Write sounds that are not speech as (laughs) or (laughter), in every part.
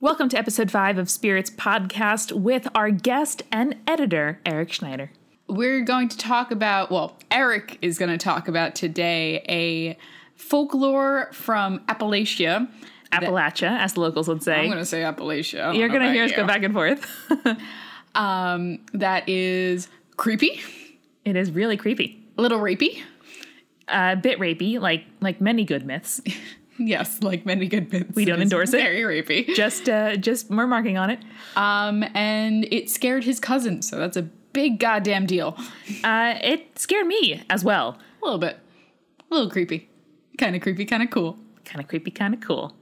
Welcome to episode five of Spirits Podcast with our guest and editor, Eric Schneider. We're going to talk about, well, Eric is going to talk about today a folklore from Appalachia. Appalachia, as the locals would say. I'm going to say Appalachia. I don't You're know going to about hear us you. go back and forth. Um, that is creepy, it is really creepy. Uh, a little rapey. A bit rapey, like like many good myths. Yes, like many good bits. We don't is endorse it. Very rapey. Just uh just we're marking on it. Um, and it scared his cousin, so that's a big goddamn deal. Uh it scared me as well. A little bit, a little creepy, kind of creepy, kind of cool. Kinda creepy, kinda cool.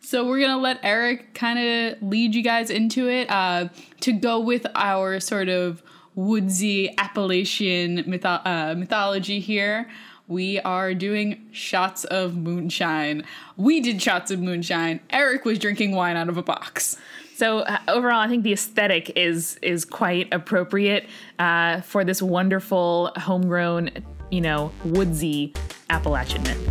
So we're gonna let Eric kind of lead you guys into it uh, to go with our sort of woodsy Appalachian mytho- uh, mythology here. We are doing shots of moonshine. We did shots of moonshine. Eric was drinking wine out of a box. So uh, overall, I think the aesthetic is is quite appropriate uh, for this wonderful homegrown, you know, woodsy Appalachian myth.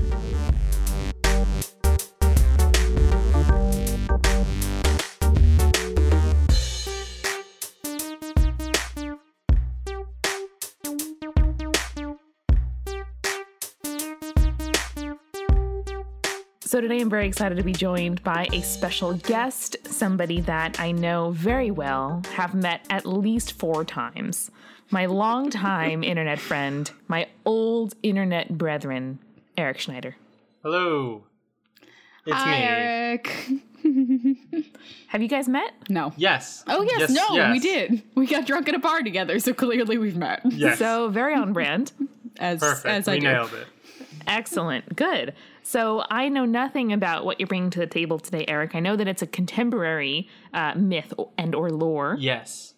So today I'm very excited to be joined by a special guest, somebody that I know very well, have met at least four times. My longtime internet friend, my old internet brethren, Eric Schneider. Hello. It's Hi, me. Eric. Have you guys met? No. Yes. Oh yes, no, yes. we did. We got drunk at a bar together, so clearly we've met. Yes. So very on brand. As Perfect. as I we do. nailed it. Excellent. Good. So I know nothing about what you're bringing to the table today, Eric. I know that it's a contemporary uh, myth o- and or lore. Yes.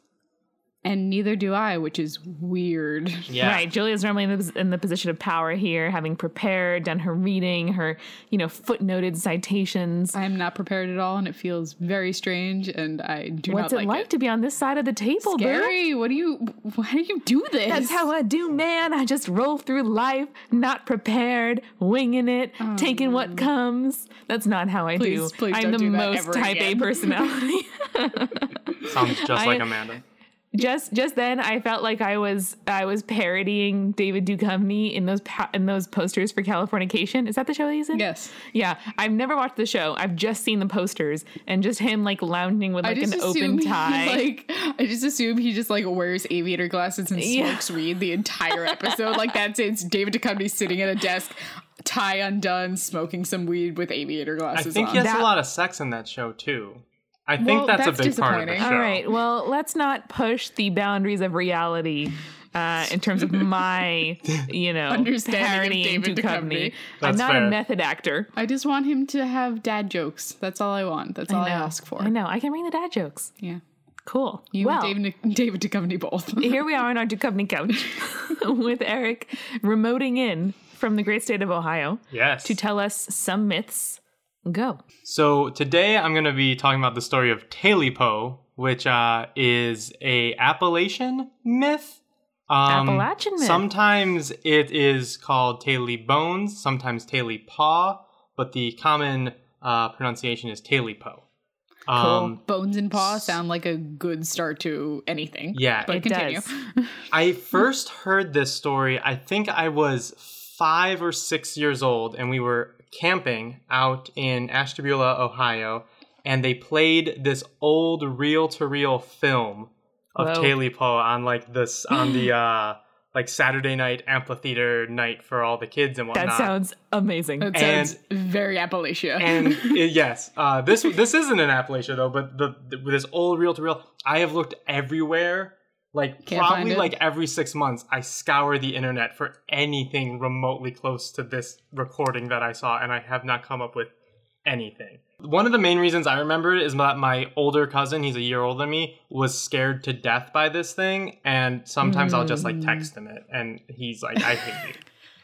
And neither do I, which is weird. Yeah. Right. Julia's normally in the, in the position of power here, having prepared, done her reading, her, you know, footnoted citations. I am not prepared at all, and it feels very strange. And I do What's it not like, like, to be on this side of the table, boo? Gary, what do you? (laughs) Why do you do this? That's how I do, man. I just roll through life, not prepared, winging it, taking what comes. That's not how I do. Mm. Please, please I'm don't the do that most ever type A again. (laughs) personality. (laughs) Sounds just I- like Amanda. just just then I felt like I was I was parodying David Duchovny in those pa- in those posters for Californication. Is that the show that he's in? Yes, Yeah, I've never watched the show. I've just seen the posters and just him like lounging with I like just an assume open he, (laughs) tie. (laughs) like I just assume he just like wears aviator glasses and Yeah. smokes weed the entire episode. like that's it. It's David Duchovny sitting at a desk, tie undone, smoking some weed with aviator I glasses think on. he has That- a lot of sex in that show too. I think Well, that's, that's a big part of the show. disappointing. All right, well, let's not push the boundaries of reality. Uh, in (laughs) terms of my, you know, Understanding of parodying David Duchovny, Duchovny. I'm That's not a fair. method actor. I just want him to have dad jokes. That's all I want. That's all I, No, ask for. I know I can bring the dad jokes. Yeah, Cool. you well, and David, (laughs) David Duchovny both. (laughs) here we are on our Duchovny couch (laughs) with Eric remoting in from the great state of Ohio Yes. to tell us some myths. Go. So today I'm going to be talking about the story of Talipo, which uh, is a Appalachian myth. Um, Appalachian myth. Sometimes it is called Taily Bones, sometimes Taily Paw, but the common uh, pronunciation is Talipo. Um, Bones and Paw sound like a good start to anything. Yeah, But It continue. does. I first heard this story, I think I was five or six years old, and we were camping out in Ashtabula, Ohio, and they played this old reel to reel film of Whoa. Talipo on like this on (gasps) the uh like Saturday night amphitheater night for all the kids and whatnot. That sounds amazing. That And- sounds very Appalachia. (laughs) and uh, yes, uh, this this isn't in Appalachia though, but the, the this old reel to reel. I have looked everywhere, like Can't find probably it. like every six months. I scour the internet for anything remotely close to this recording that I saw, and I have not come up with anything. One of the main reasons I remember it is that my older cousin, he's a year older than me, was scared to death by this thing, and sometimes I'll just Hmm. like text him it, and he's like, "I (laughs) hate you."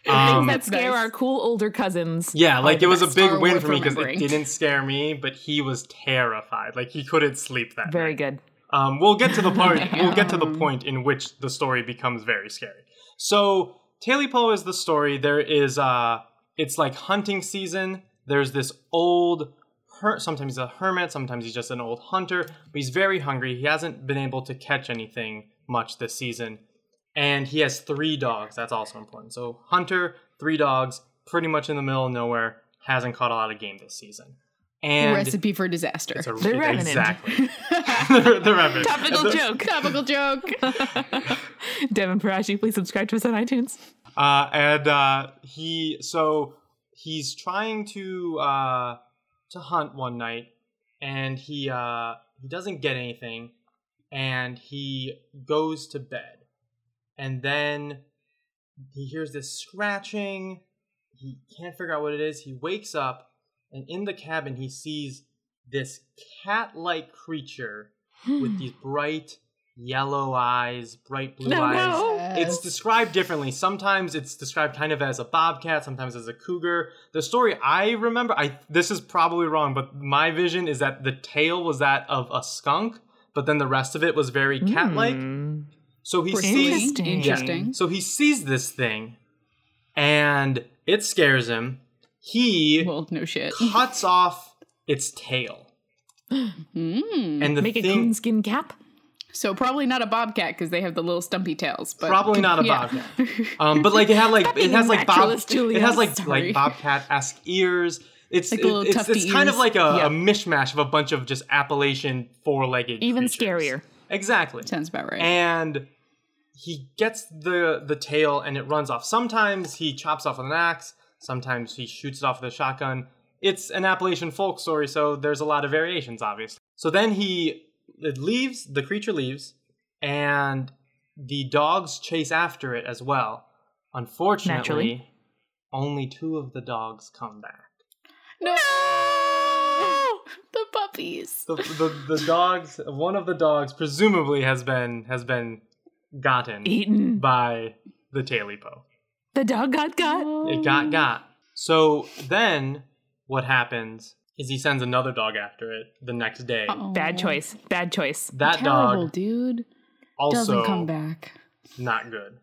Things Um, that scare nice. our cool older cousins. yeah, like it was a best big are win worth for me because it remembering. didn't scare me, but he was terrified. Like he couldn't sleep that Very night. good. Um, we'll get to the part. we'll get to the point in which the story becomes very scary. So Talipo is the story. There is uh, it's like hunting season. There's this old her- sometimes he's a hermit, sometimes he's just an old hunter, but he's very hungry. He hasn't been able to catch anything much this season. And he has three dogs. That's also important. So, hunter, three dogs, pretty much in the middle of nowhere, hasn't caught a lot of game this season. And Recipe for disaster. it's a- The Revenant. (laughs) Exactly. the, the Revenant. Topical joke. (laughs) (laughs) Topical joke. Devin Parashi, please subscribe to us on iTunes. uh, and uh, he so he's trying to uh, to hunt one night, and he uh, he doesn't get anything, and he goes to bed, and then he hears this scratching. He can't figure out what it is. He wakes up, and in the cabin he sees this cat-like creature with these bright yellow eyes, bright blue Hmm. No, eyes no. it's described differently. Sometimes it's described kind of as a bobcat, sometimes as a cougar. The story I remember, I this is probably wrong, but my vision is that the tail was that of a skunk, but then the rest of it was very cat-like. Mm. So he sees Interesting. Interesting. so he sees this thing and it scares him. He Well, no shit. cuts off its tail. Mm. And the Make a thing coonskin cap. So probably not a bobcat because they have the little stumpy tails. But Probably not a Yeah. bobcat. Um, but like it had like it being has a like bob naturalist, Julia, (laughs) it has like sorry. like bobcat esque ears. It's Like like the little it's, tufty it's kind of ears. like a, Yeah. a mishmash of a bunch of just Appalachian four legged Even scarier. Exactly. (laughs) Sounds about right. And he gets the the tail and it runs off. Sometimes he chops off with an axe. Sometimes he shoots it off with a shotgun. It's an Appalachian folk story, so there's a lot of variations, obviously. So then he it leaves. The creature leaves, and the dogs chase after it as well. Unfortunately, Naturally. only two of the dogs come back. no! the puppies. The, the the dogs. One of the dogs presumably has been has been gotten Eaten. by the tailipo. The dog got got. It got got. So then what happens is he sends another dog after it the next day. Uh-oh. Bad choice. Bad choice. That Oh, Terrible, dog dude. Doesn't come also back. not good.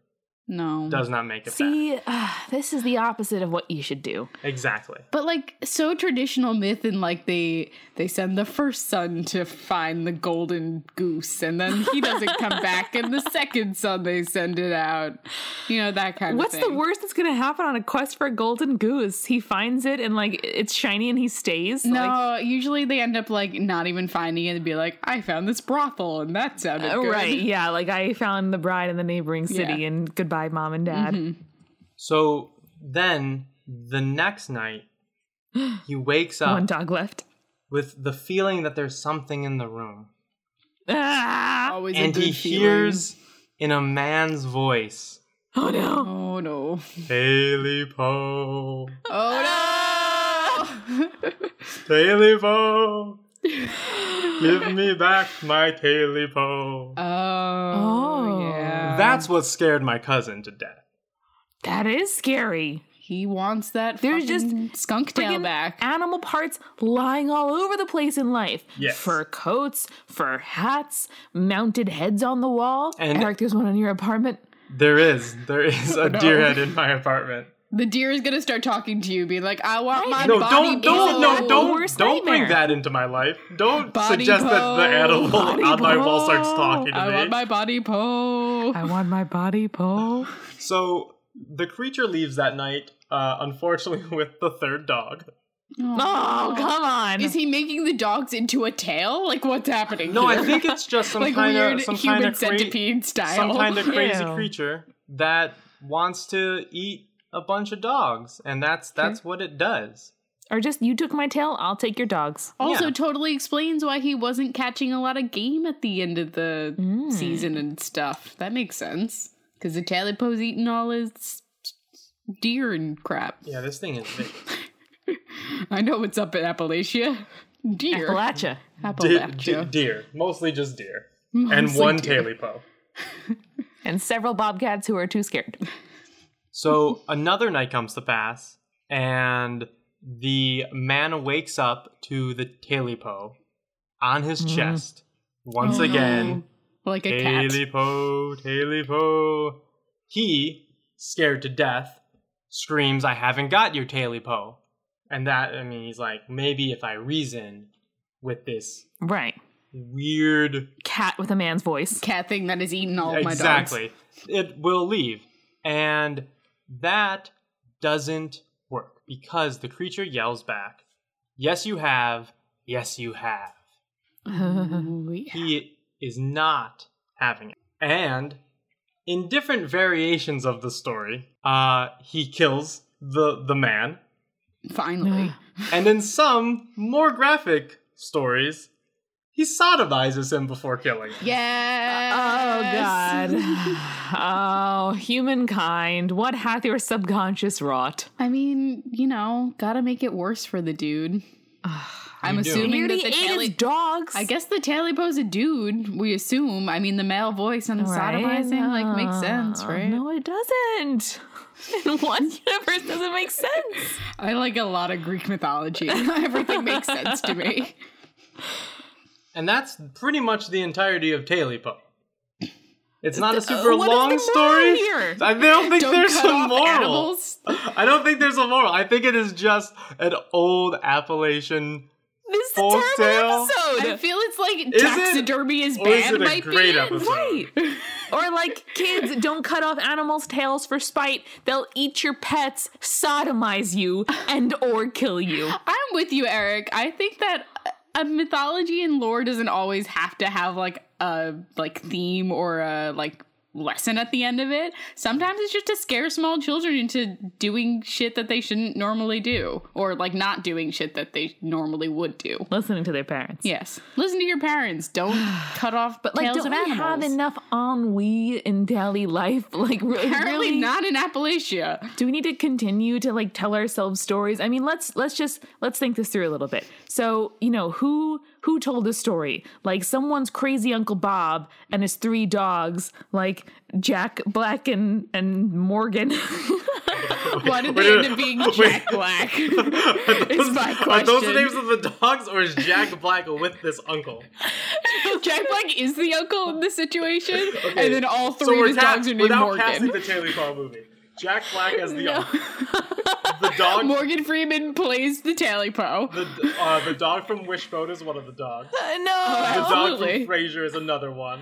No. Does not make it back. See, uh, this is the opposite of what you should do. Exactly. But like so traditional myth and like they they send the first son to find the golden goose and then he doesn't (laughs) come back and the second son they send it out. You know that kind What's of the thing. worst that's going to happen on a quest for a golden goose? He finds it and like it's shiny and he stays. Like, No, usually they end up like not even finding it and be like, I found this brothel and that sounded Uh, good. (laughs) Right, yeah. Like I found the bride in the neighboring city, Yeah. Mm-hmm. and goodbye, mom and dad. So then the next night (gasps) he (laughs) wakes One up dog left. (laughs) with the feeling that there's something in the room. Ah! Always a And good he feeling. hears in a man's voice, Oh no! (laughs) Oh no. Tailipo, Oh no. Tailipo, give me back my (laughs) Tailipo. oh, Oh. yeah. That's what scared my cousin to death. That is scary. he wants that There's There's just skunk tail friggin' back. Animal parts lying all over the place in life. Yes. Fur coats, fur hats, mounted heads on the wall. And- Eric, there's one in your apartment. There is, there is (laughs) a no. deer head in my apartment. The deer is gonna start talking to you, be like, "I want my No, body don't, don't, blow." no, don't, Worst don't bring nightmare. that into my life. Don't Body suggest that the blow, (laughs) animal body on my wall blow. starts talking to I me. want my body po. I want my body, (laughs) Paul. so the creature leaves that night, uh, unfortunately, (laughs) with the third dog. oh, come on. Is he making the dogs into a tail? Like, what's happening? No, I here? think it's just (laughs) some like kind weird of some human kind of centipede style. some (laughs) kind of crazy Ew. creature that wants to eat a bunch of dogs, and that's that's what it does. or just you took my tail, I'll take your dogs. also, Yeah. totally explains why he wasn't catching a lot of game at the end of the Mm. season and stuff. That makes sense because the talipo's eating all his deer and crap. Yeah, this thing is big. I know what's up in Appalachia. Deer. Appalachia. De- Appalachia. de- deer, mostly just (laughs) deer, and Mostly one deer. tailipo. And several bobcats who are too scared. So another night comes to pass, and the man wakes up to the tailipo on his chest once Mm-hmm. Oh, again. no. Like a cat. Tailipo, Tailipo. He, scared to death, screams, I haven't got your Tailipo. And that, I mean, he's like, maybe if I reason with this Right. weird Cat with a man's voice. Cat thing that has eaten all of my dogs. exactly, it will leave. And that doesn't work because the creature yells back, Yes, you have. Yes, you have. He is not having it. And in different variations of the story, uh, he kills the, (laughs) the man. (sighs) Finally. And in some more graphic stories, he sodomizes him before killing him. yes. Oh God! (laughs) oh, humankind! What hath your subconscious wrought? I mean, you know, gotta make it worse for the dude. I'm You do. He assuming already that the ate his tally. dogs. I guess the tallypo's a dude. We assume. I mean, the male voice and the Right? sodomizing like makes sense, Uh, right? No, it doesn't. (laughs) In one universe, doesn't make sense. I like a lot of Greek (laughs) mythology. Everything makes sense to me. And that's pretty much the entirety of Talipo. It's not a uh, super what is the long moral story. here? I don't think Don't (laughs) there's cut a off moral. animals. I don't think there's a moral. I think it is just an old (laughs) Appalachian. This is a Full terrible sail. I episode. feel it's like Is it- taxidermy is Or is bad. it a might great be. episode? Right. or like kids, don't cut off animals' tails for spite. They'll eat your pets, sodomize you, and or kill you. I'm with you, Eric. I think that a mythology and lore doesn't always have to have like a like theme or a like lesson at the end of it. Sometimes it's just to scare small children into doing shit that they shouldn't normally do or like not doing shit that they normally would do. Listening to their parents. Yes. Listen to your parents. Don't (sighs) cut off but Like, tails don't of we animals. have enough ennui in daily life? (laughs) Like, really, Apparently really? not (laughs) in Appalachia. do we need to continue to like tell ourselves stories i mean let's let's just let's think this through a little bit so you know who who told the story like someone's crazy uncle bob and his three dogs like jack black and and morgan (laughs) Why did Wait, they wait, end up being wait. Jack Black? (laughs) It's my Are those the question. names of the dogs, or is Jack Black with this uncle? Jack Black is the uncle in this (laughs) situation, Okay, and then all so three of we're his ca- dogs are named without Morgan. casting the Taylor Paul movie. Jack Black as the No. (laughs) uncle. The dog. Morgan Freeman plays the Tallypo. The, uh, the dog from Wishbone is one of the dogs. The no dog from Absolutely. Frasier is another one.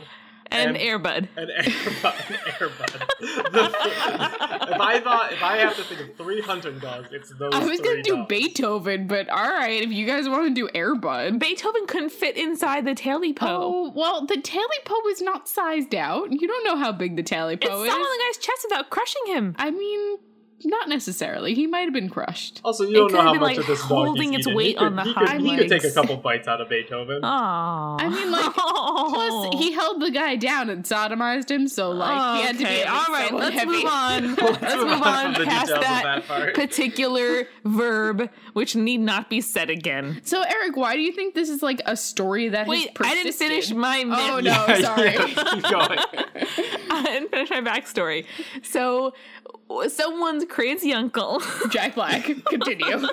and and- airbud And Airbud. Airbud. The th- if I thought, if I have to think of three hunting dogs, it's those. I was three gonna do dogs. Beethoven, but all right, if you guys want to do Airbud. beethoven couldn't fit inside the tally po Oh well, the Tallypo is not sized out. You don't know how big the Tallypo it's oh, is. sat on the guy's chest without crushing him I mean, not necessarily. He might have been crushed. Also, you It don't know could've how been, much like, of this dog holding he's its eaten. weight he could, on the he could, hind He could take a legs. couple bites out of Beethoven. oh I mean, like, Plus, he held the guy down and sodomized him, so like he had to be okay, at least all right. somewhat Let's heavy. move (laughs) on. let's move move on on from the past details of that, that part. particular verb, which need not be said again. So Eric, why do you think this is like a story that has Wait, I didn't persisted? finish my. myth. Oh, no, sorry. (laughs) yeah, keep going. (laughs) I didn't finish my backstory. So, w- someone's crazy uncle. (laughs) Jack Black. Continue.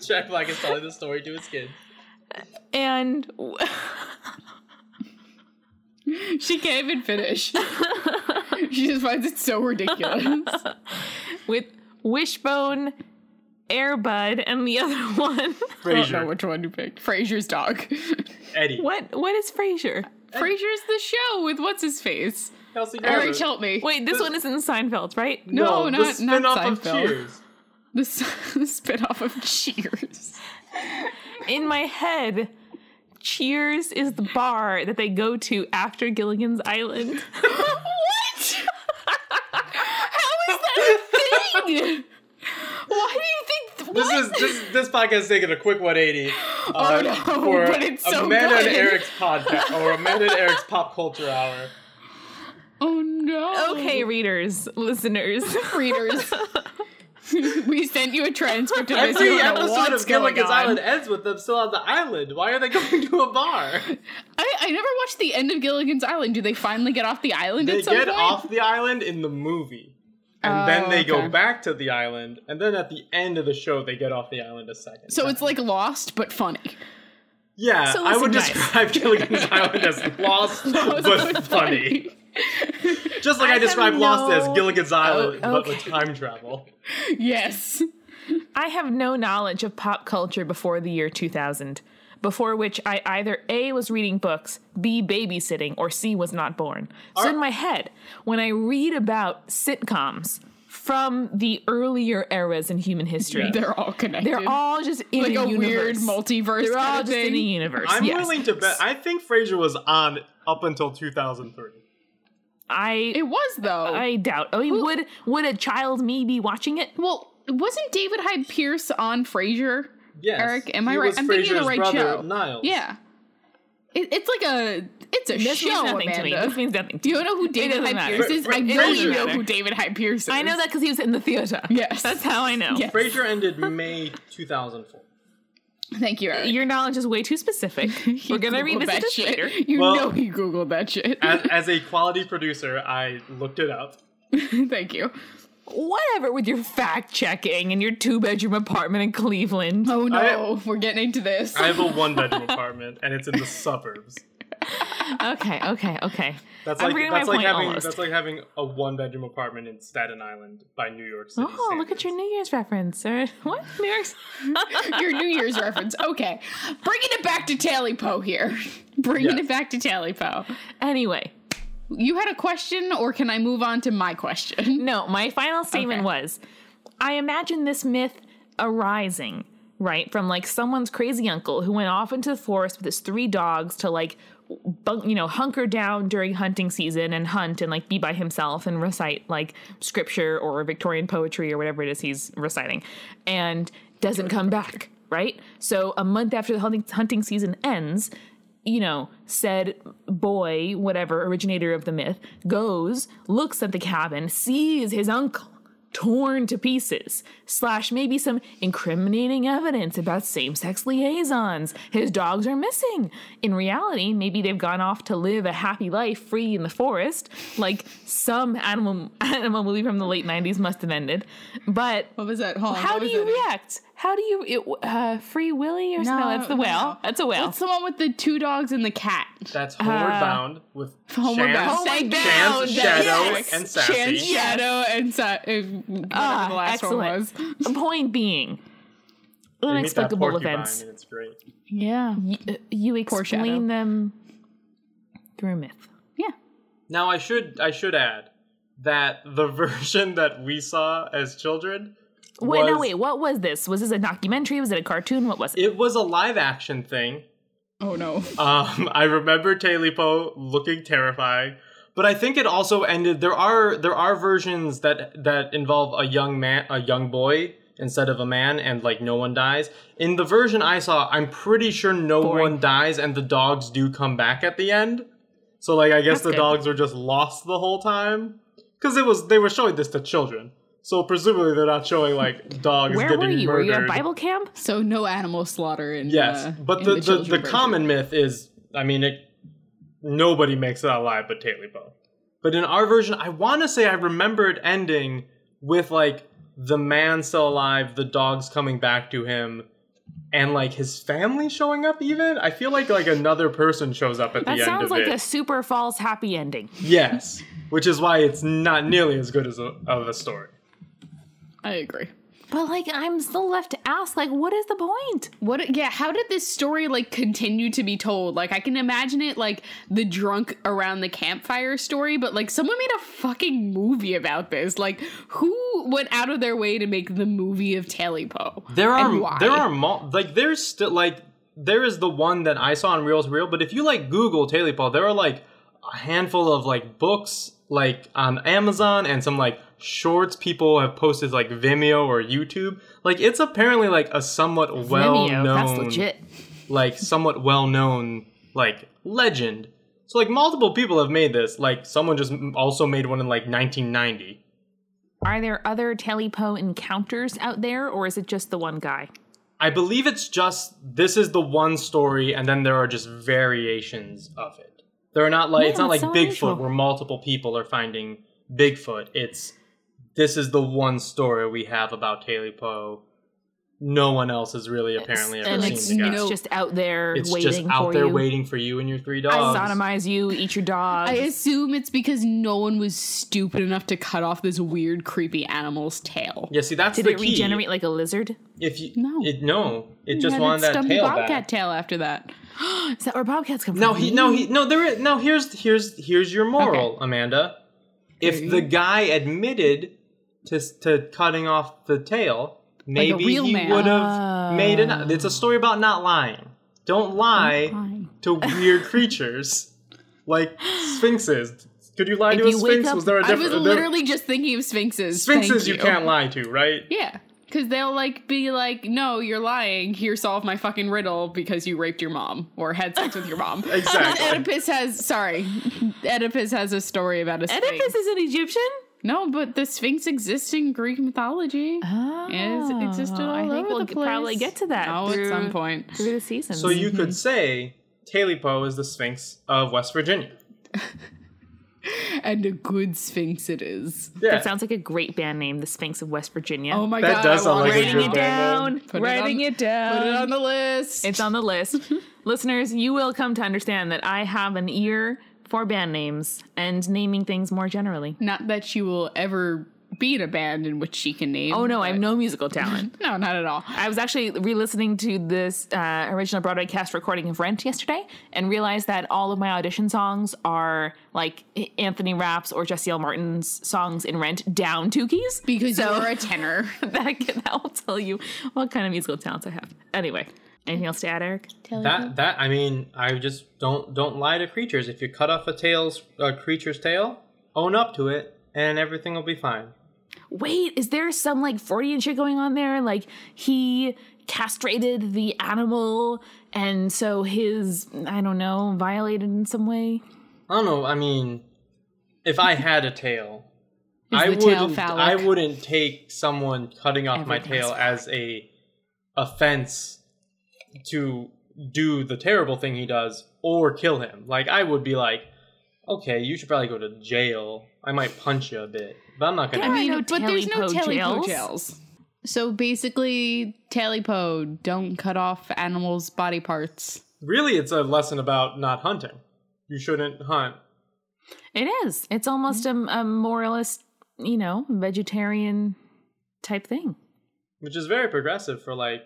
Jack Black is telling the story to his kids. and w- she can't (laughs) even finish. she just finds it so ridiculous. with Wishbone, Airbud, and the other (laughs) one. I don't know Frasier, which one you picked. (laughs) Frasier's dog. Eddie, what? What is Frasier? Frasier's the show with what's his face. Kelsey Grammer. Eric, help me. Wait, this one is in Seinfeld, right? no, the not- not spin-off of Seinfeld. Cheers. (laughs) the, s- (laughs) the spinoff (laughs) of Cheers. in my head, Cheers is the bar that they go to after Gilligan's Island. What? How is that (laughs) a thing? Why do you think? This is this this podcast is taking a quick 180. Oh, uh, no, for but it's so Amanda and good. Eric's podcast or Amanda and Eric's pop culture hour. oh no. Okay, readers, listeners. readers. (laughs) we sent you a transcript of this. Every You don't know episode what's of going Gilligan's on. Island ends with them still on the island. Why are they (laughs) going to a bar? I, I never watched the end of Gilligan's Island. Do they finally get off the island They at some get point? off the island in the movie. And Oh, then they okay. go back to the island, and then at the end of the show, they get off the island a second. so it's like Lost but funny. yeah, So I would listen, guys. describe (laughs) Gilligan's (laughs) Island as lost but funny, just like I, have describe Lost as no- Oh, Gilligan's Island, but okay. with time travel. yes. I have no knowledge of pop culture before the year 2000, before which I either A was reading books, B babysitting, or C was not born. so in my head, when I read about sitcoms from the earlier eras in human history, They're all connected. they're all just in like a, weird universe. multiverse. They're all kind of just thing. in a universe. I'm yes. willing to bet. I think Frasier was on up until 2003. I It was though. I doubt. I mean, would would a child me be watching it? well, wasn't David Hyde Pierce on Frasier? Yes, Eric, am I he right? was I'm thinking of the Frasier's right brother, show. Niles. Yeah. It, it's like a it's a This show. means nothing to me. Amanda. This means nothing. To Do you me. know who David doesn't Hyde matter. Pierce is? Fra- I Fra- know you Frasier. know who David Hyde Pierce is. I know that because he was in the theater. Yes. that's how I know. Yes. Frasier ended May 2004. Thank you, Eric. Your knowledge is way too (laughs) specific. He We're gonna Googled revisit that this shit. (laughs) later. You Well- know he googled that shit. As, as a quality producer, I looked it up. (laughs) Thank you. Whatever with your fact checking and your two bedroom apartment in (laughs) Cleveland. Oh no, I- we're getting into this. I have a (laughs) one bedroom apartment, and it's in the suburbs. Okay, okay, okay. That's I'm like reading that's my like point having almost. that's like having a one bedroom apartment in Staten Island by New York City. Oh, look at your standards. New Year's reference. Or (laughs) what? New (laughs) Year's? (laughs) Your New Year's reference. Okay. Bringing it back to Tallypo here. (laughs) Bringing Yes. it back to Tallypo. anyway, You had a question, or can I move on to my question? No, my final statement Okay. was I imagine this myth arising, right, from like someone's crazy uncle who went off into the forest with his three dogs to like, bunk, you know, hunker down during hunting season and hunt and like be by himself and recite like scripture or Victorian poetry or whatever it is he's reciting and doesn't come back, right? So a month after the hunting, hunting season ends, you know, said boy, whatever, originator of the myth, goes, looks at the cabin, sees his uncle torn to pieces, slash maybe some incriminating evidence about same sex liaisons. His dogs are missing. In reality, maybe they've gone off to live a happy life free in the forest, like some animal, (laughs) animal movie from the late 90s must have ended. But (laughs) What was that? Hold on, how what do was you that? react? How do you, it, uh, Free Willy or something? No, that's the whale. no. That's a whale. What's the one with the two dogs and the cat? That's Homeward Uh, Bound (laughs) with Homeward Chance, Oh Bound. Thank you. Chance, Yes. Shadow, Yes. and Sassy. Chance, Shadow, and Sa- uh, whatever Ah, the last one was. excellent. Point being, They meet that inexplicable porcupine, events. and it's great. Yeah. You, you Poor Shadow. explain them through myth. Yeah. Now I should I should add that the (laughs) version that we saw as children Wait, no, was- wait. What was this? Was this a documentary? Was it a cartoon? What was it? it was a live action thing. Oh no. Um, (laughs) I remember Talipo looking terrifying, but I think it also ended. There are there are versions that that involve a young man, a young boy instead of a man, and like no one dies. In the version I saw, I'm pretty sure no Boring. one dies, and the dogs do come back at the end. So like I guess That's the good. dogs were just lost the whole time because it was they were showing this to children. So presumably they're not showing like dogs Where getting were you? murdered. Were you at Bible camp? So no animal slaughter in Yes, uh, but in the the, children the, version. common myth is, I mean, it, nobody makes it out alive but Taylor Bow. But in our version, I want to say I remember it ending with like the man still alive, the dogs coming back to him, and like his family showing up. Even I feel like like another person shows up at That the end sounds of like it. a super false happy ending. Yes, which is why it's not nearly as good as a, of a story. I agree. But like, I'm still left to ask, like, what is the point? What? Yeah. How did this story like continue to be told? Like I can imagine it like the drunk around the campfire story, but like someone made a fucking movie about this. Like who went out of their way to make the movie of Talipo? There And are why? there are mul- like there's still like there is the one that I saw on Reels Reel, but if you like Google Taylor Paul, there are like a handful of like books like on Amazon and some like shorts people have posted like Vimeo or YouTube. Like it's apparently like a somewhat well Vimeo, known that's legit. like somewhat well known like legend. So like multiple people have made this. Like someone just m- also made one in like 1990. Are there other Telepo encounters out there, or is it just the one guy? I believe it's just this is the one story, and then there are just variations of it. They're not like it's Yeah, not like it's so Bigfoot unusual. where multiple people are finding Bigfoot. It's this is the one story we have about Taylor Poe. no one else has really apparently It's- ever and seen it's, the guy. it's just out there It's waiting just out for there you. waiting for you and your three I dogs. sodomize you, eat your dog. I assume it's because no one was stupid enough to cut off this weird, creepy animal's tail. yeah, see that's Did the it key. regenerate like a lizard? If you No. it, no, it just Yeah, that wanted that stumpy tail bobcat back. tail after that. Is that where bobcats come No, from? he no he no there is, no here's here's here's your moral, Amanda. If the guy admitted to to cutting off the tail, maybe real he man. would have made it. It's a story about not lying. Don't lie lying. to weird creatures like sphinxes. Could you lie If to a you wake sphinx? up- was there a I different? was there- literally just thinking of sphinxes. sphinxes Thank you. can't lie to, right? Yeah, because they'll like be like, "No, you're lying. Here, solve my fucking riddle because you raped your mom or had sex with your mom." (laughs) Exactly. Oedipus has sorry. Oedipus has a story about a sphinx. Oedipus is an Egyptian. No, but the sphinx exists in Greek mythology. Oh, It existed all I think over we'll the g- place. probably get to that Oh, through, at some point. through the season. So you could say Talipo is the sphinx of West Virginia. And a good sphinx it is. Yeah. that sounds like a great band name, the Sphinx of West Virginia. Oh my That god. does I sound want like it. a writing good it band down, name. Put it writing on- it, down. Put it on the list. It's (laughs) on the list. Listeners, you will come to understand that I have an ear for band names and naming things more generally. Not that she will ever be in a band in which she can name. Oh no, but- I have no musical talent. No, not at all. I was actually re-listening to this uh, original Broadway cast recording of Rent yesterday, and realized that all of my audition songs are like Anthony Raps or Jesse L. Martin's songs in Rent down two keys. (laughs) Because So- (laughs) you're a tenor. that that will tell you what kind of musical talents I have. Anyway, anything else to add, Eric? That that I mean, I just don't don't lie to creatures. If you cut off a tail's a creature's tail, own up to it, and everything will be fine. wait, is there some like Freudian shit going on there? Like he castrated the animal and so his I don't know, violated in some way. I don't know. I mean, (laughs) if I had a tail, I the tail wouldn't. phallic? I wouldn't take someone cutting off my Everything's tail as a offense to do the terrible thing he does or kill him. Like I would be like, okay, you should probably go to jail. I might punch you a bit, but I'm not gonna. Yeah, I mean, no but there's no Talipo telepo jails. jails. So basically, telepo, don't cut off animals' body parts. Really, it's a lesson about not hunting. You shouldn't hunt. It is. It's almost a, a moralist, you know, vegetarian type thing. which is very progressive for like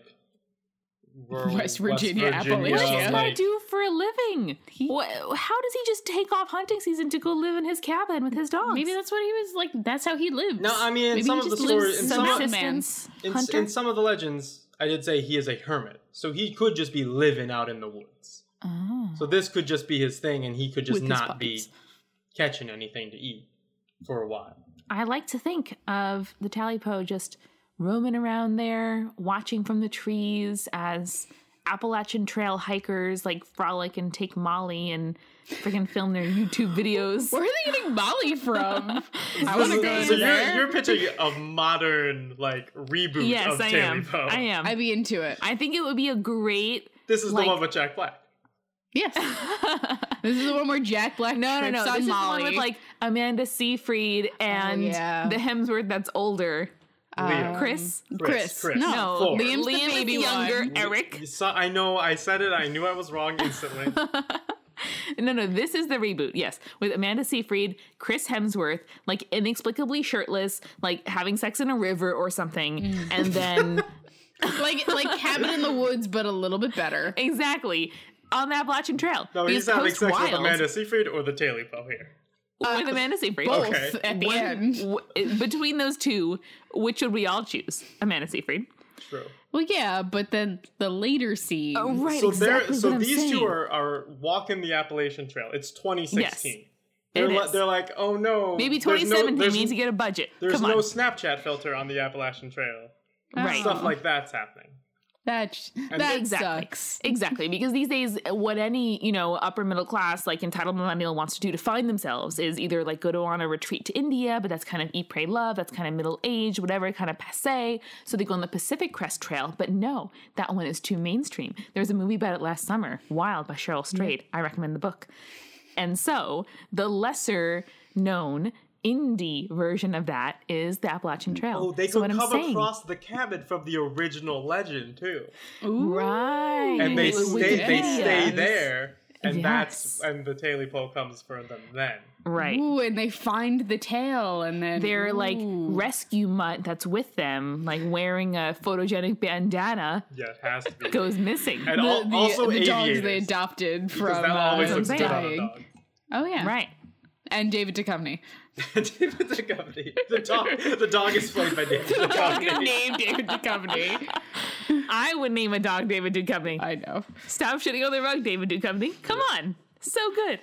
rural (laughs) West Virginia, What does Appalachia. this Yeah. guy like- do for a living? Wha- how does he just take off hunting season to go live in his cabin with his dogs? Oh, Maybe that's what he was like. That's how he lives. No, I mean, in Maybe some he of just the lives story- in the some of- mountain man. subsistence in, s- hunter. in some of the legends, I did say he is a hermit, so he could just be living out in the woods. Oh. So this could just be his thing, and he could just With his not be puppies. catching anything to eat for a while. I like to think of the Talipo just roaming around there, watching from the trees as Appalachian Trail hikers like frolic and take Molly and freaking film their YouTube videos. (laughs) Where are they (laughs) getting Molly (laughs) from? I This want to is- go over so you're, you're there. picturing a modern like reboot yes, of I Tammy am. Poe. I am. I'd I, be into it. think it would be a great. (laughs) This is Like- the one with Jack Black. yes, this is the one where Jack Black No, no, trips no. on This is the Molly. one with like Amanda Seyfried and yeah. the Hemsworth that's older. Leo. Chris? uh, Chris. No, Um, No, Thor. Liam's the Liam baby is younger. one. Eric. You saw- I know. I said it. I knew I was (laughs) wrong instantly. No, no, this is the reboot. Yes, with Amanda Seyfried, Chris Hemsworth, like inexplicably shirtless, like having sex in a river or something, and (laughs) then Um, like like Cabin in the Woods, but a little bit better. exactly on the Appalachian Trail. No, he's Because having sex Post with Wild- Amanda Seyfried or the Talipo here. with Amanda Seyfried. (laughs) Both Okay. at the One- end. w- between those two, which would we all choose? Amanda Seyfried. True. Well, yeah, but then the later scene. right, So they're so these two are are walking the Appalachian Trail. It's 2016. They're, It li- is. they're like, oh no, maybe there's no- 2017. there's- we need to get a budget. There's Come on, no Snapchat filter on the Appalachian Trail. right? Oh. Stuff like that's happening. That that Exactly. sucks. Exactly, because these days, what any you know upper middle class, like entitled millennial, wants to do to find themselves is either like go to on a retreat to India, but that's kind of eat, pray, love. That's kind of middle age, whatever, kind of passe. So they go on the Pacific Crest Trail, but no, that one is too mainstream. There was a movie about it last summer, Wild by Cheryl Strayed. I recommend the book. And so the lesser known indie version of that is the Appalachian Mm. Trail. Oh, they so could what come I'm saying, across the cabin from the original legend too, Ooh. right? and they Ooh, stay. They Wikipedia. stay Yes. there, and that's Yes. and the tally pole comes for them then. right. Ooh, and they find the tail, and then Their like Ooh. rescue mutt that's with them, like wearing a photogenic bandana, Yeah, it has to be. goes missing. And the, al- the, also the dogs they aviators, adopted because from that always uh, from looks good on a dying. dog. Oh (laughs) yeah, Right. And David (laughs) Duchovny. David Duchovny. (laughs) The dog. The dog is played by (laughs) David Duchovny. Name David Duchovny. I would name a dog David Duchovny. I know. Stop shitting on the rug, David Duchovny. Come on. So good.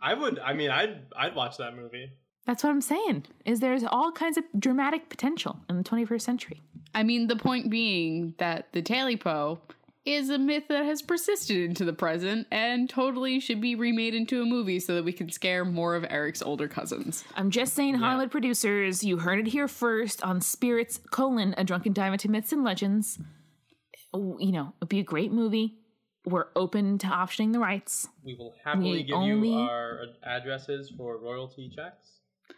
I would. I mean, I'd. I'd watch that movie. That's what I'm saying. Is there's all kinds of dramatic potential in the 21st century. I mean, the point being that the talipo is a myth that has persisted into the present and totally should be remade into a movie so that we can scare more of Eric's older cousins. I'm just saying, Hollywood producers, you heard it here first on Spirits: colon A Drunken Dive into Myths and Legends. W- You know, it'd be a great movie. We're open to optioning the rights, We will happily We give only- you our addresses for royalty checks.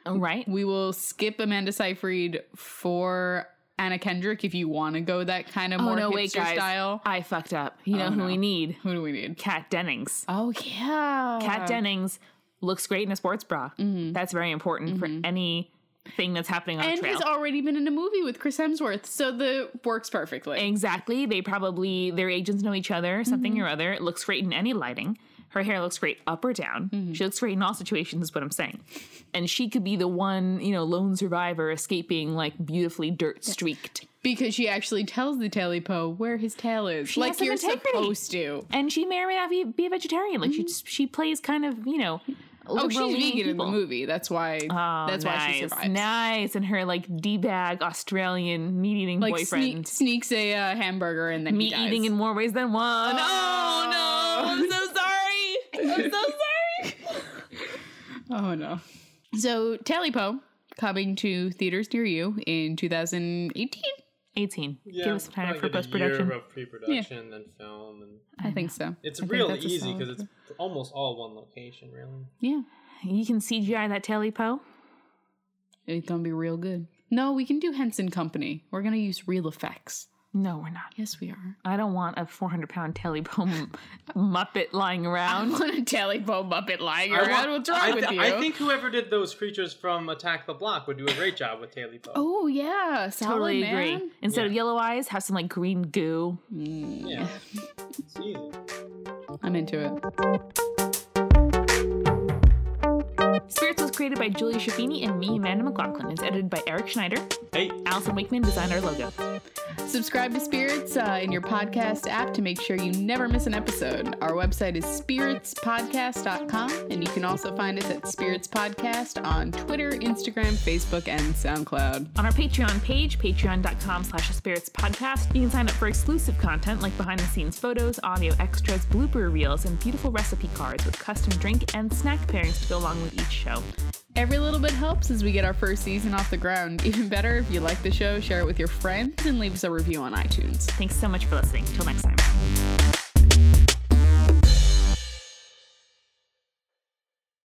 all right? We will skip Amanda Seyfried for Anna Kendrick if you want to go that kind of more hipster style. Oh, I fucked up. You know who no. we need? Who do we need? Kat Dennings. Oh yeah, Kat Dennings looks great in a sports bra. That's very important for any thing that's happening on a Mm-hmm. and trail. has already been in a movie with Chris Hemsworth, so the works perfectly. Exactly. They probably their agents know each other, something Mm-hmm. or other. It looks great in any lighting. Her hair looks great up or down. Mm-hmm. She looks great in all situations, is what I'm saying. And she could be the one, you know, lone survivor escaping like beautifully dirt streaked. because she actually tells the talipo where his tail is, She has like some you're integrity. supposed to. And she may or may not be, be a vegetarian. Like she she plays kind of, you know, Mm-hmm. Oh, she's vegan in the Oh, people. movie. That's why. that's why she Um, nice, survives. Nice, and her like d bag Australian meat eating like boyfriend, sneak, sneaks a uh, hamburger and then he meat dies. eating in more ways than one. Oh. oh no! I'm (laughs) so sorry. I'm so sorry. (laughs) oh no! So Talipo coming to theaters near you in 2018. 18. Give us some time probably for get a post production. year of pre-production and film, and I, think so. it's I think real that's a easy solid because it's almost all one location, really. Yeah, You can CGI that telepo. it's gonna be real good. No, we can do Henson Company. We're gonna use real effects. No, we're not. Yes, we are. I don't want a 400 pound telepo m- (laughs) muppet lying I around. want a Talipo Muppet lying I around. want- What's wrong I with th- you? I think whoever did those creatures from Attack the Block would do a great job with Taily Poe. Oh yeah, (laughs) solid, Totally agree. man. Instead of Yeah. yellow eyes, have some like green goo. Yeah, it's easy. Mm, I'm into it. Spirits was created by Julie Shaffini and me, Amanda McLaughlin. It's edited by Eric Schneider. Hey, Allison Wakeman designed our logo. Subscribe to Spirits uh, in your podcast app to make sure you never miss an episode. Our website is spiritspodcast.com, and you can also find us at Spirits Podcast on Twitter, Instagram, Facebook, and SoundCloud. On our Patreon page, patreon.com slash spirits podcast, you can sign up for exclusive content like behind the scenes photos, audio extras, blooper reels, and beautiful recipe cards with custom drink and snack pairings to go along with each show. Every little bit helps as we get our first season off the ground. (laughs) Even better, if you like the show, share it with your friends and leave us a review on iTunes. Thanks so much for listening. Till next time.